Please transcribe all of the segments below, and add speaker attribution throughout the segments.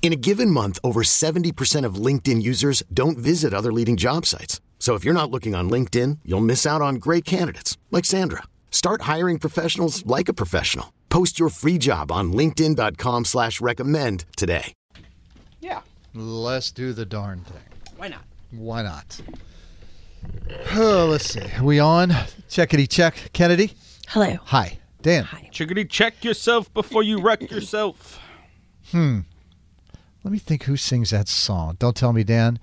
Speaker 1: In a given month, over 70% of LinkedIn users don't visit other leading job sites. So if you're not looking on LinkedIn, you'll miss out on great candidates like Sandra. Start hiring professionals like a professional. Post your free job on linkedin.com slash recommend today.
Speaker 2: Yeah.
Speaker 3: Let's do the darn thing.
Speaker 2: Why not?
Speaker 3: Why not? Oh, let's see. Are we on? Checkity check. Kennedy?
Speaker 4: Hello.
Speaker 3: Hi. Dan?
Speaker 4: Hi.
Speaker 5: Chickadee, check yourself before you wreck yourself.
Speaker 3: Let me think who sings that song. Don't tell me, Dan.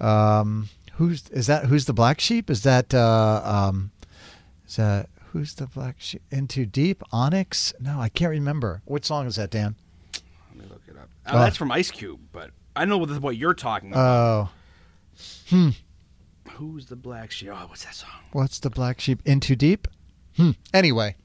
Speaker 3: Um, who's is that who's the black sheep? Is that uh, um, is that who's the black sheep? Into Deep? Onyx? No, I can't remember. What song is that, Dan?
Speaker 5: Let me look it up. Oh, that's from Ice Cube, but I know what, what you're talking
Speaker 3: Oh.
Speaker 5: about.
Speaker 3: Uh,
Speaker 5: Who's the black sheep? Oh, what's that song?
Speaker 3: what's the black sheep? Into Deep? Hmm. Anyway.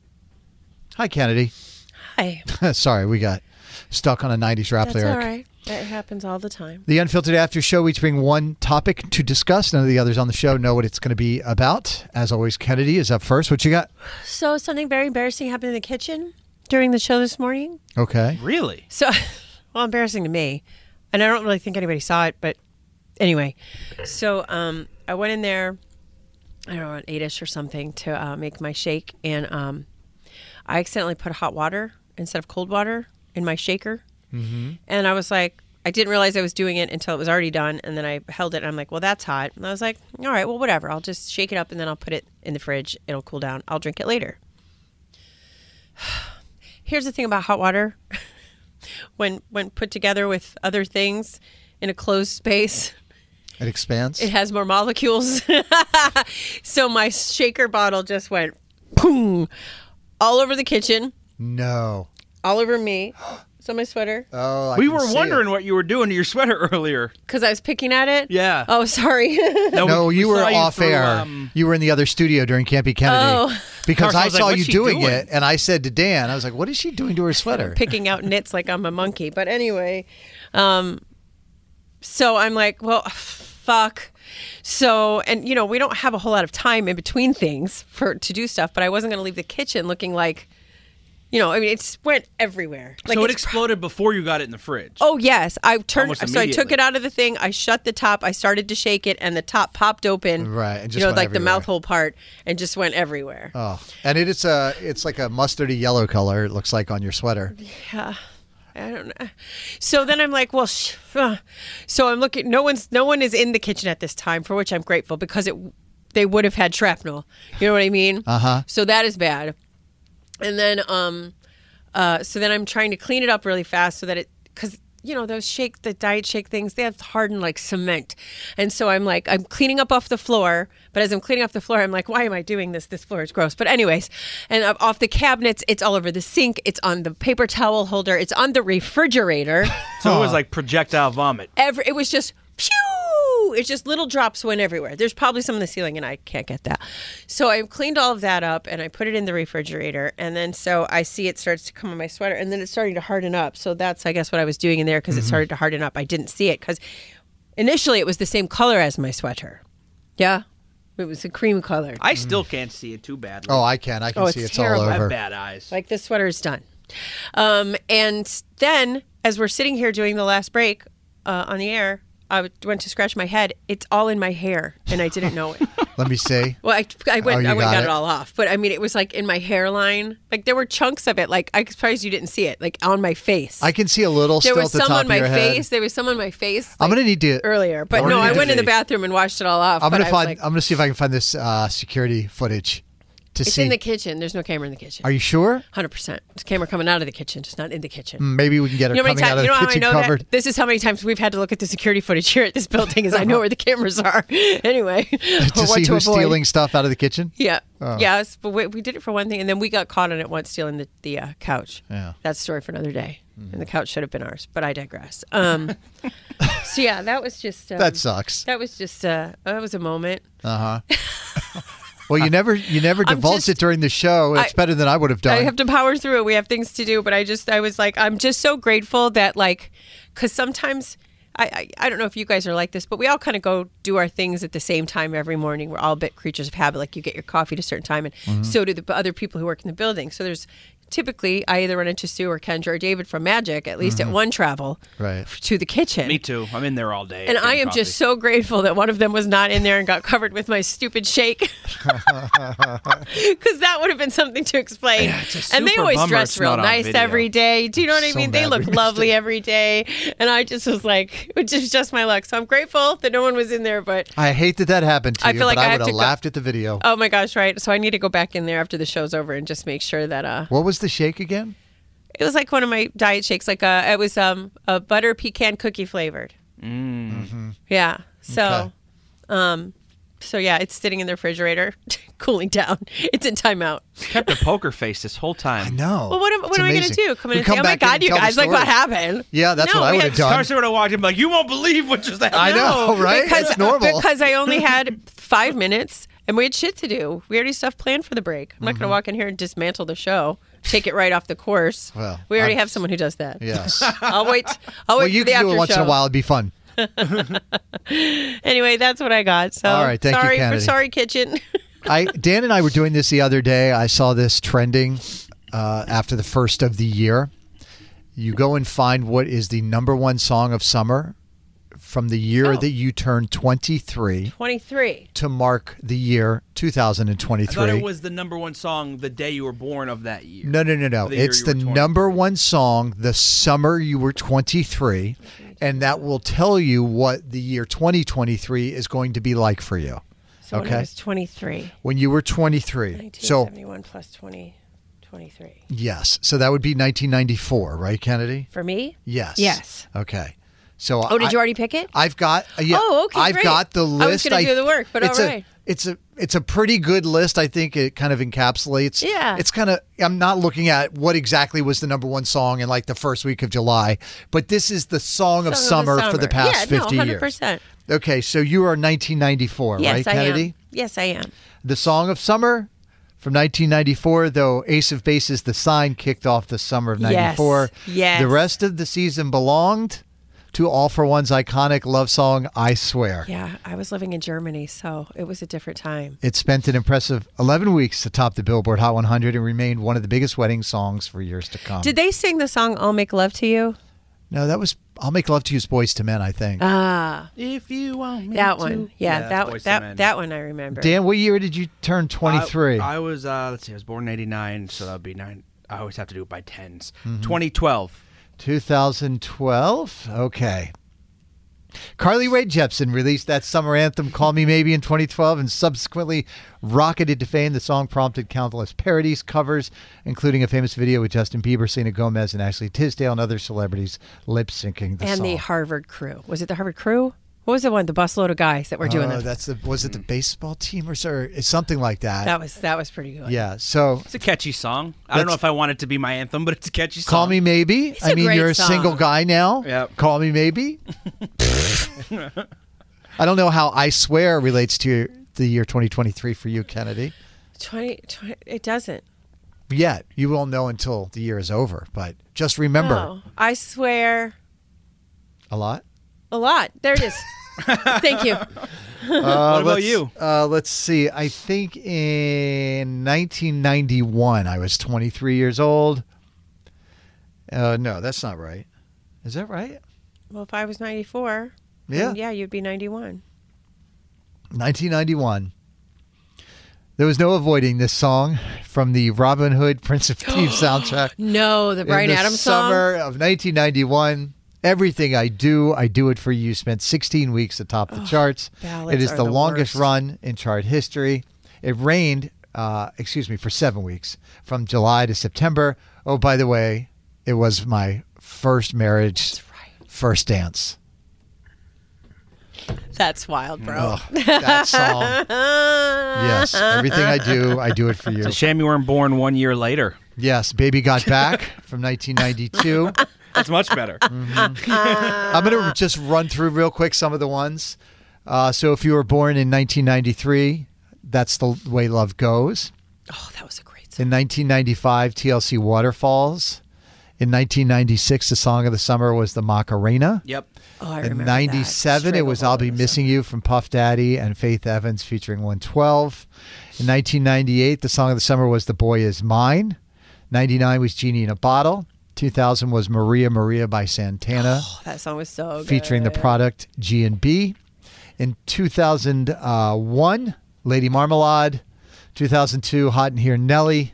Speaker 3: Hi, Kennedy.
Speaker 4: Hi.
Speaker 3: Sorry, we got stuck on a 90s rap
Speaker 4: That's
Speaker 3: lyric.
Speaker 4: all right. That happens all the time.
Speaker 3: The Unfiltered After Show, we each bring one topic to discuss. None of the others on the show know what it's going to be about. As always, Kennedy is up first. What you got?
Speaker 4: So something very embarrassing happened in the kitchen during the show this morning.
Speaker 3: Okay.
Speaker 5: Really?
Speaker 4: So, well, embarrassing to me, and I don't really think anybody saw it. But anyway, so um, I went in there. I don't know, an eight-ish or something to uh, make my shake, and um, I accidentally put hot water instead of cold water in my shaker, mm-hmm. and I was like, I didn't realize I was doing it until it was already done, and then I held it, and I'm like, well, that's hot, and I was like, all right, well, whatever, I'll just shake it up, and then I'll put it in the fridge, it'll cool down, I'll drink it later. Here's the thing about hot water when when put together with other things in a closed space
Speaker 3: It expands.
Speaker 4: it has more molecules so my shaker bottle just went boom all over the kitchen
Speaker 3: no.
Speaker 4: all over me so my sweater
Speaker 3: Oh, I
Speaker 5: we
Speaker 3: can
Speaker 5: were
Speaker 3: see
Speaker 5: wondering
Speaker 3: it.
Speaker 5: what you were doing to your sweater earlier.
Speaker 4: because i was picking at it
Speaker 5: Yeah.
Speaker 4: oh sorry
Speaker 3: No,
Speaker 5: we-
Speaker 3: you
Speaker 5: we
Speaker 3: were
Speaker 5: saw
Speaker 3: off
Speaker 5: through,
Speaker 3: air.
Speaker 5: um,
Speaker 3: you were in the other studio during Campy Kennedy
Speaker 4: Oh.
Speaker 3: because
Speaker 5: Carson
Speaker 3: I
Speaker 5: was like,
Speaker 3: saw
Speaker 5: "What's
Speaker 3: you
Speaker 5: she
Speaker 3: doing,
Speaker 5: doing?"
Speaker 3: it, and I said to Dan, "I was like, what is she doing to her sweater?"
Speaker 4: picking out knits like i'm a monkey but anyway um so i'm like well fuck so and you know we don't have a whole lot of time in between things for to do stuff but i wasn't going to leave the kitchen looking like you know i mean it's went everywhere like
Speaker 5: so it
Speaker 4: it's
Speaker 5: exploded before you got it in the fridge.
Speaker 4: Oh yes, I turned.
Speaker 5: Almost
Speaker 4: So I took
Speaker 5: immediately.
Speaker 4: it out of the thing. I shut the top. I started to shake it, and the top popped open.
Speaker 3: Right, and just
Speaker 4: you know,
Speaker 3: went
Speaker 4: like the
Speaker 3: everywhere.
Speaker 4: mouth hole part, and just went everywhere.
Speaker 3: Oh, and it is a it's like a mustardy yellow color. It looks like on your sweater.
Speaker 4: I don't know. So then I'm like, well, sh- uh. so I'm looking. No one's no one is in the kitchen at this time, for which I'm grateful because it they would have had shrapnel. You know what I mean? Uh huh. So that is bad. And then um, uh, so then I'm trying to clean it up really fast so that it because you know those shake the diet shake things they have hardened like cement, and so I'm like I'm cleaning up off the floor. But as I'm cleaning up the floor, I'm like, why am I doing this? This floor is gross. But anyways, and up off the cabinets, it's all over the sink. It's on the paper towel holder. It's on the refrigerator.
Speaker 5: So it was like projectile vomit.
Speaker 4: Every it was just pew. It's just little drops went everywhere. There's probably some in the ceiling, and I can't get that. So I cleaned all of that up, and I put it in the refrigerator, and then so I see it starts to come on my sweater, and then it's starting to harden up. So that's I guess what I was doing in there because it started to harden up. I didn't see it because initially it was the same color as my sweater. Yeah, it was a cream color.
Speaker 5: I still can't see it too badly.
Speaker 3: Mm. Oh, I can. I can
Speaker 4: Oh,
Speaker 3: see
Speaker 4: it's
Speaker 3: it's all
Speaker 4: terrible.
Speaker 5: I have
Speaker 3: over.
Speaker 5: bad eyes.
Speaker 4: Like this sweater is done. Um, and then, as we're sitting here doing the last break uh, on the air, I w- went to scratch my head. It's all in my hair, and I didn't know it.
Speaker 3: Let me see.
Speaker 4: Well, I, I went,
Speaker 3: Oh, you
Speaker 4: I went
Speaker 3: got it.
Speaker 4: got it. all off, but I mean, it was like in my hairline. Like there were chunks of it. Like I'm surprised you didn't see it. Like on my face.
Speaker 3: I can see a little
Speaker 4: there
Speaker 3: still
Speaker 4: was
Speaker 3: at the
Speaker 4: some
Speaker 3: top
Speaker 4: on
Speaker 3: of
Speaker 4: my
Speaker 3: your head.
Speaker 4: face. There was some on my face.
Speaker 3: I'm
Speaker 4: like,
Speaker 3: gonna need to
Speaker 4: earlier, but
Speaker 5: Or
Speaker 4: no,
Speaker 5: you
Speaker 4: I
Speaker 5: did
Speaker 4: went in the
Speaker 5: see.
Speaker 4: bathroom and washed it all off.
Speaker 3: I'm
Speaker 4: but
Speaker 3: gonna
Speaker 4: I was
Speaker 3: find.
Speaker 4: like-
Speaker 3: I'm gonna see if I can find this uh, security footage to
Speaker 4: It's
Speaker 3: see.
Speaker 4: in the kitchen. There's no camera in the kitchen.
Speaker 3: Are you sure?
Speaker 4: Hundred percent. It's a camera coming out of the kitchen, just not in the kitchen.
Speaker 3: Maybe we can get her
Speaker 4: You know, how
Speaker 3: coming
Speaker 4: many times,
Speaker 3: out of
Speaker 4: you know
Speaker 3: the
Speaker 4: how I
Speaker 3: kitchen
Speaker 4: know
Speaker 3: covered.
Speaker 4: that? This is how many times we've had to look at the security footage here at this building, is I know where the cameras are. anyway,
Speaker 3: to
Speaker 4: or what
Speaker 3: see
Speaker 4: to
Speaker 3: who's
Speaker 4: avoid.
Speaker 3: stealing oh. stuff out of the kitchen.
Speaker 4: Yeah. Yes, but we, we did it for one thing, and then we got caught on it once stealing the, the uh, couch.
Speaker 3: Yeah. Mm-hmm.
Speaker 4: That's a story for another day. And the couch should have been ours, but I digress. Um, so yeah, that was just um,
Speaker 3: That sucks.
Speaker 4: that was just uh, that was a moment.
Speaker 3: Well, you never you never
Speaker 4: I'm
Speaker 3: divulged
Speaker 4: just-
Speaker 3: it during the show. It's
Speaker 4: I-
Speaker 3: better than I would have done.
Speaker 4: I have to power through it. We have things to do, but I just I was like I'm just so grateful that like because sometimes. I, I, I don't know if you guys are like this, but we all kind of go do our things at the same time every morning. We're all bit creatures of habit. Like you get your coffee at a certain time, and
Speaker 3: Mm-hmm.
Speaker 4: so do the p- other people who work in the building. So there's typically I either run into Sue or Kendra or David from Magic at least at one travel
Speaker 3: Mm-hmm. Right.
Speaker 4: to the kitchen.
Speaker 5: Me too. I'm in there all day.
Speaker 4: And I
Speaker 5: getting
Speaker 4: am just
Speaker 5: coffee.
Speaker 4: so grateful that one of them was not in there and got covered with my stupid shake. Because that would have been something to explain.
Speaker 5: it's a
Speaker 4: and they
Speaker 5: super
Speaker 4: always
Speaker 5: bummer
Speaker 4: dress
Speaker 5: it's
Speaker 4: real
Speaker 5: not on
Speaker 4: nice
Speaker 5: video.
Speaker 4: every day. Do you know what I
Speaker 3: so
Speaker 4: mean? They
Speaker 3: mad we
Speaker 4: look
Speaker 3: missed
Speaker 4: lovely every day. And I just was like, which is just my luck. So I'm grateful that no one was in there, but
Speaker 3: I hate that that happened to
Speaker 4: I
Speaker 3: you,
Speaker 4: feel like
Speaker 3: but
Speaker 4: I
Speaker 3: I would
Speaker 4: have
Speaker 3: have
Speaker 4: to go-
Speaker 3: laughed at the video.
Speaker 4: oh my gosh, right. So I need to go back in there after the show's over and just make sure that uh
Speaker 3: what was the shake again?
Speaker 4: it was like one of my diet shakes, like uh it was um a butter pecan cookie flavored.
Speaker 3: Mm-hmm.
Speaker 4: Yeah. So, um, so yeah, it's sitting in the refrigerator, cooling down. It's in timeout.
Speaker 5: kept a poker face this whole time. I
Speaker 3: No.
Speaker 4: Well, what am,
Speaker 3: Oh, It's
Speaker 4: what am I going to
Speaker 3: amazing.
Speaker 4: do? Come in
Speaker 3: You
Speaker 4: and say, "Oh
Speaker 3: back
Speaker 4: my
Speaker 3: in
Speaker 4: God,
Speaker 3: and
Speaker 4: you
Speaker 3: tell the
Speaker 4: guys! Like what
Speaker 3: story.
Speaker 4: happened?"
Speaker 3: Yeah, that's
Speaker 4: No,
Speaker 3: what I
Speaker 4: we
Speaker 3: would
Speaker 4: had-
Speaker 3: have done.
Speaker 5: Starts when I walked in, like you won't believe what just happened.
Speaker 3: I know, right?
Speaker 4: Because,
Speaker 3: it's normal.
Speaker 4: because I only had five minutes and we had shit to do. We already had stuff planned for the break. I'm not
Speaker 3: Mm-hmm.
Speaker 4: going to walk in here and dismantle the show, take it right off the course.
Speaker 3: Well,
Speaker 4: we already
Speaker 3: I'm-
Speaker 4: have someone who does that.
Speaker 3: yes.
Speaker 4: I'll wait. I'll wait
Speaker 3: well, you
Speaker 4: for Oh, the
Speaker 3: can do it
Speaker 4: after
Speaker 3: once in a
Speaker 4: show.
Speaker 3: while. It'd be fun.
Speaker 4: Anyway, that's what I got. So
Speaker 3: All right, thank you,
Speaker 4: sorry for
Speaker 3: Kennedy.
Speaker 4: sorry kitchen.
Speaker 3: I Dan and I were doing this the other day. I saw this trending uh, after the first of the year. You go and find what is the number one song of summer from the
Speaker 5: Oh.
Speaker 3: year that you turned 23
Speaker 4: Twenty three.
Speaker 3: to mark the year 2023.
Speaker 5: I thought it was the number one song the day you were born of that year.
Speaker 3: No, no, no, no.
Speaker 5: The year
Speaker 3: it's
Speaker 5: you
Speaker 3: the
Speaker 5: were 20.
Speaker 3: number one song the summer you were 23, and that will tell you what the year 2023 is going to be like for you.
Speaker 4: So when
Speaker 3: Okay.
Speaker 4: I was 23,
Speaker 3: When you were 23. So,
Speaker 4: 1971 plus 20, 23.
Speaker 3: yes. So that would be 1994, right, Kennedy?
Speaker 4: For me?
Speaker 3: Yes.
Speaker 4: Yes.
Speaker 3: Okay. So,
Speaker 4: Oh, did you already pick it?
Speaker 3: I've got. Uh, yeah,
Speaker 4: Oh, okay,
Speaker 3: I've
Speaker 4: great.
Speaker 3: got the
Speaker 4: I was
Speaker 3: list.
Speaker 4: gonna do the work, but
Speaker 3: it's
Speaker 4: all
Speaker 3: a-
Speaker 4: right.
Speaker 3: It's a it's a pretty good list. I think it kind of encapsulates.
Speaker 4: Yeah.
Speaker 3: It's kind of. I'm not looking at what exactly was the number one song in like the first week of July, but this is the song, of,
Speaker 4: Song of the
Speaker 3: summer for
Speaker 4: summer.
Speaker 3: the past
Speaker 4: Yeah, no,
Speaker 3: 50
Speaker 4: 100%.
Speaker 3: years. Okay, so you are 1994,
Speaker 4: Yes,
Speaker 3: right,
Speaker 4: I
Speaker 3: Kennedy?
Speaker 4: am. Yes, I am.
Speaker 3: The song of summer. From 1994, though Ace of Bases, the sign kicked off the summer of
Speaker 4: Yes,
Speaker 3: '94.
Speaker 4: yes.
Speaker 3: The rest of the season belonged to All for One's iconic love song, "I Swear."
Speaker 4: Yeah, I was living in Germany, so it was a different time.
Speaker 3: It spent an impressive 11 weeks atop the Billboard Hot 100 and remained one of the biggest wedding songs for years to come.
Speaker 4: Did they sing the song I'll Make Love to You?
Speaker 3: no, that was I'll Make Love to You's Boys to Men, I think.
Speaker 4: Uh,
Speaker 5: If you want me
Speaker 4: That
Speaker 5: to.
Speaker 4: one. Yeah,
Speaker 5: that's
Speaker 4: that
Speaker 5: Boyz II Men.
Speaker 4: that that one I remember.
Speaker 3: Dan, what year did you turn 23?
Speaker 5: I, I was uh, let's see, I was born in '89, so that would be nine. I always have to do it by 10s
Speaker 3: Mm-hmm.
Speaker 5: 2012.
Speaker 3: 2012? Okay. Carly Rae Jepsen released that summer anthem, Call Me Maybe, in 2012 and subsequently rocketed to fame. The song prompted countless parodies, covers, including a famous video with Justin Bieber, Selena Gomez, and Ashley Tisdale and other celebrities lip syncing the
Speaker 4: and
Speaker 3: song.
Speaker 4: the Harvard crew. Was it the Harvard crew? What was the one? The busload of guys that were doing
Speaker 3: oh,
Speaker 4: that.
Speaker 3: that's the was it the baseball team or, so- or something like that?
Speaker 4: That was that was pretty good.
Speaker 3: yeah. So
Speaker 5: It's a catchy song. I don't know
Speaker 3: That's-
Speaker 5: if I want it to be my anthem, but it's a catchy song.
Speaker 3: call me maybe. I
Speaker 4: a
Speaker 3: mean,
Speaker 4: great
Speaker 3: you're a
Speaker 4: song.
Speaker 3: single guy now.
Speaker 5: Yep.
Speaker 3: Call me maybe. I don't know how I swear relates to the year 2023 for you, Kennedy.
Speaker 4: 20, 20 it doesn't.
Speaker 3: Yet you won't know until the year is over. But just remember
Speaker 4: No. Oh, I swear
Speaker 3: a lot.
Speaker 4: a lot. There it is. Thank you.
Speaker 5: What about
Speaker 3: let's-
Speaker 5: you?
Speaker 3: Uh, let's see. I think in 1991, I was 23 years old. Uh, no, that's not right. Is that right?
Speaker 4: Well, if I was 94,
Speaker 3: Yeah.
Speaker 4: then yeah, you'd be 91.
Speaker 3: 1991. There was no avoiding this song from the Robin Hood Prince of Thieves soundtrack.
Speaker 4: No, the Brian
Speaker 3: In the
Speaker 4: Adams
Speaker 3: summer of 1991. Everything I do, I do it for you. Spent 16 weeks atop the charts.
Speaker 4: ballads
Speaker 3: It is
Speaker 4: are
Speaker 3: the
Speaker 4: the
Speaker 3: longest
Speaker 4: worst.
Speaker 3: run in chart history. It reigned uh, excuse me, for seven weeks from July to September. Oh, by the way, it was my first marriage, first dance.
Speaker 4: That's wild, bro.
Speaker 3: Oh, that song. yes, everything I do, I do it for you.
Speaker 5: It's a shame you weren't born one year later.
Speaker 3: Yes, Baby Got Back from 1992.
Speaker 5: That's much better.
Speaker 3: Mm-hmm. I'm going to just run through real quick some of the ones. Uh, so, if you were born in 1993, that's the way love goes.
Speaker 4: Oh, that was a great song.
Speaker 3: In 1995, TLC Waterfalls. In 1996, the song of the summer was the Macarena.
Speaker 5: Yep.
Speaker 4: Oh, I
Speaker 3: In
Speaker 4: remember that.
Speaker 3: 97,
Speaker 4: Straight
Speaker 3: it was
Speaker 4: up
Speaker 3: I'll
Speaker 4: all
Speaker 3: Be
Speaker 4: over.
Speaker 3: Missing You from Puff Daddy and Faith Evans featuring 112. In 1998, the song of the summer was The Boy Is Mine. 99 was Genie in a Bottle. 2000 was Maria Maria by Santana
Speaker 4: Oh, that song was so good.
Speaker 3: featuring the product G&B. In 2001, Lady Marmalade. 2002, Hot in Here Nelly.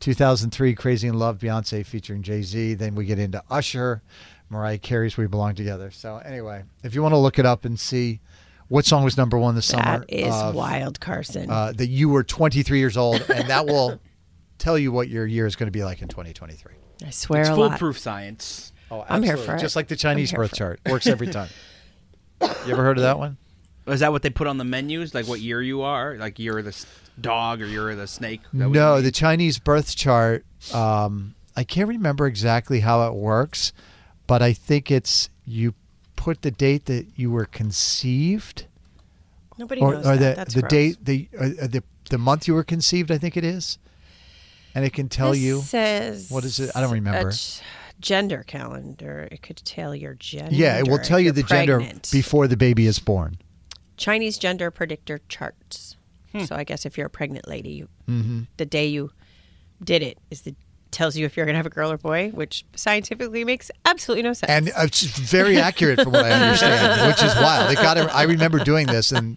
Speaker 3: 2003, Crazy in Love, Beyonce featuring Jay-Z. Then we get into Usher, Mariah Carey's We Belong Together. So anyway, if you want to look it up and see what song was number one this summer.
Speaker 4: That is
Speaker 3: of,
Speaker 4: wild, Carson.
Speaker 3: uh, that you were 23 years old, and that will tell you what your year is going to be like in 2023.
Speaker 4: I swear
Speaker 5: It's
Speaker 4: a lot.
Speaker 5: foolproof science.
Speaker 3: Oh,
Speaker 4: I'm here for it.
Speaker 3: Just like the Chinese
Speaker 4: I'm here
Speaker 3: birth
Speaker 4: for it.
Speaker 3: chart. Works every time. you ever heard of that one?
Speaker 5: Is that what they put on the menus? Like what year you are? Like you're the s- dog or you're the snake? That what
Speaker 3: No,
Speaker 5: you-
Speaker 3: the Chinese birth chart. Um, I can't remember exactly how it works, but I think it's you put the date that you were conceived,
Speaker 4: Nobody
Speaker 3: or,
Speaker 4: knows
Speaker 3: or
Speaker 4: that.
Speaker 3: the
Speaker 4: That's
Speaker 3: the
Speaker 4: gross.
Speaker 3: date the, uh, the the month you were conceived. I think it is, and it can tell
Speaker 4: This
Speaker 3: you.
Speaker 4: says
Speaker 3: What is it? I don't remember.
Speaker 4: a g- gender calendar. It could tell your gender.
Speaker 3: Yeah, it will
Speaker 4: if
Speaker 3: tell you
Speaker 4: you're
Speaker 3: the
Speaker 4: pregnant.
Speaker 3: gender before the baby is born.
Speaker 4: Chinese gender predictor charts.
Speaker 5: Hmm.
Speaker 4: So I guess if you're a pregnant lady, you,
Speaker 5: Mm-hmm.
Speaker 4: the day you did it is the tells you if you're going to have a girl or boy, which scientifically makes absolutely no sense.
Speaker 5: uh,
Speaker 3: and uh, it's very accurate from what I understand, which is wild. It got. I remember doing this, and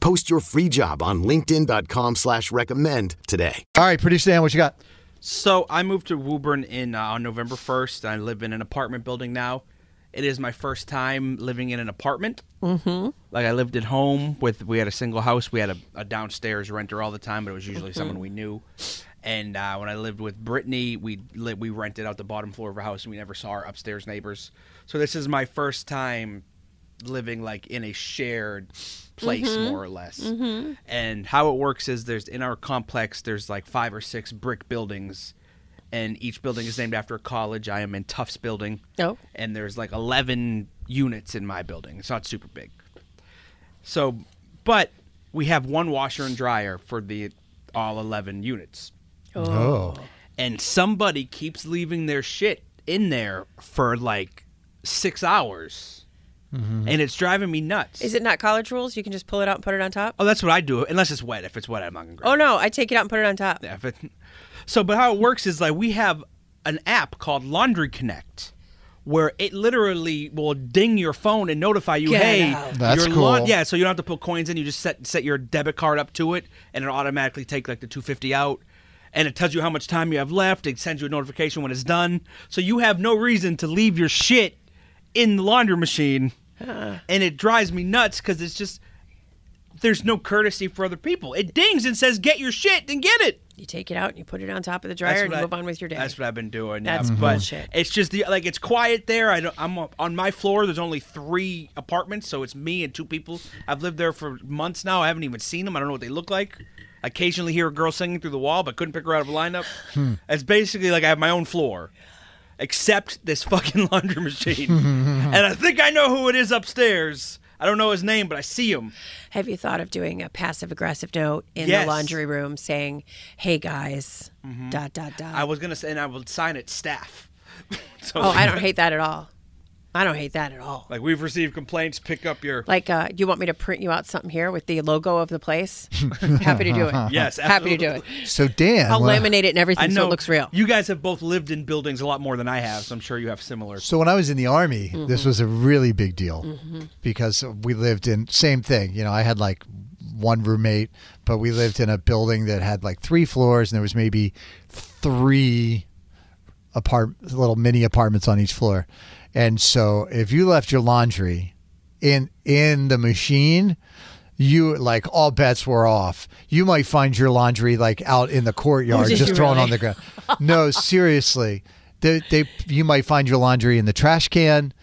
Speaker 1: Post your free job on linkedin.com/recommend slash recommend today.
Speaker 3: All right, producer Dan, what you got?
Speaker 5: So I moved to Woburn in uh, on November 1st. I live in an apartment building now. It is my first time living in an apartment. Mm-hmm. Like I lived at home with we had a single house. We had a, a downstairs renter all the time, but it was usually someone we knew. And uh, when I lived with Brittany, we li- we rented out the bottom floor of our house, and we never saw our upstairs neighbors. So this is my first time living like in a shared place more or less and how it works is there's in our complex there's like five or six brick buildings and each building is named after a college i am in tufts building
Speaker 4: Oh.
Speaker 5: and there's like 11 units in my building it's not super big so but we have one washer and dryer for the all 11 units
Speaker 3: Oh,
Speaker 5: and somebody keeps leaving their shit in there for like six hours and it's driving me nuts
Speaker 4: Is it not college rules? You can just pull it out and put it on top.
Speaker 5: oh that's what i do unless it's wet if it's wet i'm not gonna grab
Speaker 4: Oh
Speaker 5: it.
Speaker 4: no, I take it out and put it on top.
Speaker 5: Yeah, if it- so but how it works is like we have an app called laundry connect where it literally will ding your phone and notify you
Speaker 4: Get
Speaker 5: hey
Speaker 4: out.
Speaker 3: That's
Speaker 5: your laun-"
Speaker 3: cool.
Speaker 5: yeah so you don't have to put coins in you just set set your debit card up to it and it'll automatically take like the 250 out and it tells you how much time you have left it sends you a notification when it's done so you have no reason to leave your shit in the laundry machine and it drives me nuts because it's just there's no courtesy for other people it dings and says get your shit then get it
Speaker 4: You take it out and you put it on top of the
Speaker 5: that's
Speaker 4: dryer and
Speaker 5: what
Speaker 4: you
Speaker 5: I-
Speaker 4: move on with your day.
Speaker 5: That's what I've been doing.
Speaker 4: That's
Speaker 5: yeah. But
Speaker 4: bullshit.
Speaker 5: It's just the like it's quiet there. I don't, I'm up- on my floor. There's only three apartments, so it's me and two people. I've lived there for months now. I haven't even seen them. I don't know what they look like. Occasionally hear a girl singing through the wall, but couldn't pick her out of a lineup.
Speaker 4: Hmm.
Speaker 5: It's basically like I have my own floor, except this fucking laundry machine. and I think I know who it is upstairs. I don't know his name, but I see him.
Speaker 4: Have you thought of doing a passive aggressive note in
Speaker 5: Yes. Mm-hmm.
Speaker 4: the laundry room saying, "Hey guys, dot dot dot."
Speaker 5: I was gonna say, and I will sign it staff. so
Speaker 4: oh, I don't hate that at all. I don't hate that at all.
Speaker 5: Like we've received complaints. Pick up your
Speaker 4: Like, uh, you want me to print you out something here with the logo of the place? Happy to do it.
Speaker 5: yes.
Speaker 4: Happy to do it.
Speaker 5: absolutely.
Speaker 3: So Dan,
Speaker 4: I'll
Speaker 3: when-
Speaker 4: laminate it and everything so it looks real.
Speaker 5: You guys have both lived in buildings a lot more than I have, so I'm sure you have similar.
Speaker 3: So when I was in the army, this was a really big deal because we lived in same thing. You know, I had like one roommate, but we lived in a building that had like three floors, and there was maybe three apart little mini apartments on each floor. And so if you left your laundry in in the machine, you like all bets were off. You might find your laundry like out in the courtyard,
Speaker 4: Did
Speaker 3: just
Speaker 4: you
Speaker 3: thrown on
Speaker 4: really?
Speaker 3: the ground. No, seriously, they, they you might find your laundry in the trash can.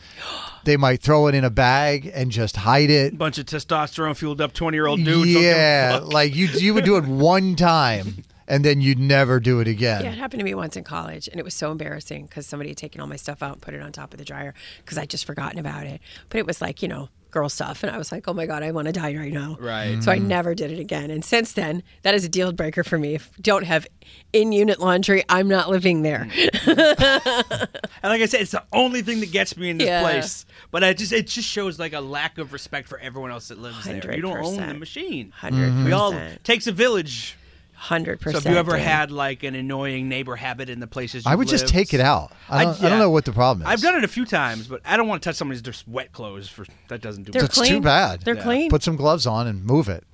Speaker 3: They might throw it in a bag and just hide it.
Speaker 5: Bunch of testosterone fueled up 20 year old dudes. don't give a
Speaker 3: yeah,
Speaker 5: fuck.
Speaker 3: like you you would do it one time and then you'd never do it again.
Speaker 4: Yeah, it happened to me once in college, and it was so embarrassing because somebody had taken all my stuff out and put it on top of the dryer because I'd just forgotten about it. But it was like, you know, girl stuff. And I was like, oh my God, I want to die right now.
Speaker 5: Right. Mm.
Speaker 4: So I never did it again. And since then, that is a deal breaker for me. If you don't have in unit laundry, I'm not living there.
Speaker 5: Mm-hmm. And like I said, it's the only thing that gets me in this
Speaker 4: Yeah.
Speaker 5: place. But I just it just shows like a lack of respect for everyone else that lives there. You don't own the
Speaker 4: 100%.
Speaker 5: machine.
Speaker 4: 100%.
Speaker 5: We all takes a village.
Speaker 4: 100%.
Speaker 5: So if you ever
Speaker 4: dude.
Speaker 5: had like an annoying neighbor habit in the places you
Speaker 3: I would just
Speaker 5: lived-
Speaker 3: take it out. I don't, I,
Speaker 5: yeah.
Speaker 3: don't know what the problem is.
Speaker 5: I've done it a few times, but I don't want to touch somebody's just wet clothes for that doesn't do
Speaker 4: They're
Speaker 5: much.
Speaker 3: That's too
Speaker 4: clean.
Speaker 3: bad.
Speaker 4: They're clean.
Speaker 3: Put some gloves on and move it.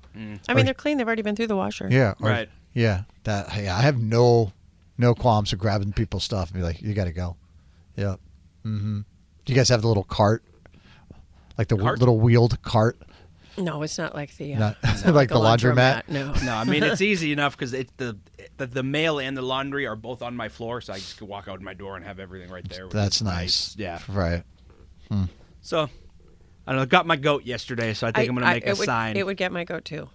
Speaker 4: I mean, they're clean. They've already been through the washer.
Speaker 3: Yeah.
Speaker 5: Mm-hmm. Right.
Speaker 3: Yeah. That. Hey, I have no no qualms of grabbing people's stuff and be like, you got to go. Yeah. Mm-hmm. Do you guys have the little cart? Like the w-
Speaker 5: Cart?
Speaker 3: little wheeled cart,
Speaker 4: No, it's not like the. Uh,
Speaker 3: Not-
Speaker 4: it's
Speaker 3: like the laundromat?
Speaker 4: No.
Speaker 5: No, I mean it's easy enough because it the, the the mail and the laundry are both on my floor, so I just could walk out my door and have everything right there. which
Speaker 3: that's
Speaker 5: is
Speaker 3: nice.
Speaker 5: Yeah.
Speaker 3: Right.
Speaker 5: So I don't know. Got my goat yesterday, so I think I, am gonna make a
Speaker 4: it would,
Speaker 5: sign.
Speaker 4: It would get my goat too.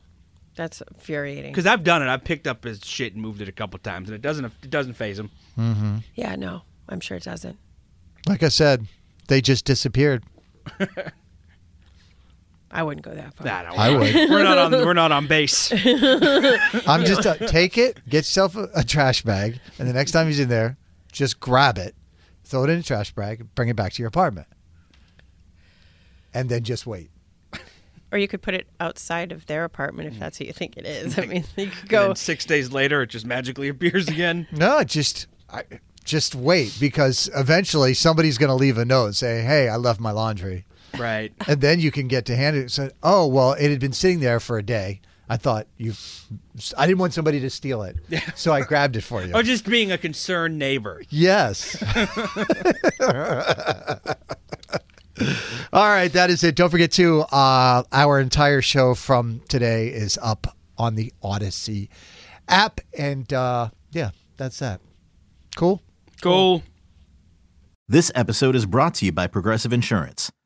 Speaker 4: That's infuriating.
Speaker 5: Because I've done it. I've picked up his shit and moved it a couple times, and it doesn't it doesn't phase him.
Speaker 4: Yeah, no, I'm sure it doesn't.
Speaker 3: Like I said, they just disappeared.
Speaker 4: I wouldn't go that far.
Speaker 5: Nah, no,
Speaker 3: I would.
Speaker 5: We're not on. We're not on base.
Speaker 3: I'm just uh, take it, get yourself a, a trash bag, and the next time he's in there, just grab it, throw it in a trash bag, bring it back to your apartment, and then just wait.
Speaker 4: Or you could put it outside of their apartment
Speaker 5: Mm.
Speaker 4: if that's what you think it is. I mean, you could
Speaker 5: And
Speaker 4: go.
Speaker 5: then six days later, it just magically appears again.
Speaker 3: No, just I, just wait because eventually somebody's going to leave a note and say, "Hey, I left my laundry,"
Speaker 5: Right.
Speaker 3: and then you can get to hand it. Say, "Oh, well, it had been sitting there for a day. I thought you, I didn't want somebody to steal it, so I grabbed it for you."
Speaker 5: Or Oh, just being a concerned neighbor.
Speaker 3: Yes. All right, that is it. Don't forget to uh, our entire show from today is up on the Odyssey app, and uh, yeah, that's that. Cool.
Speaker 5: Cool.
Speaker 6: This episode is brought to you by Progressive Insurance.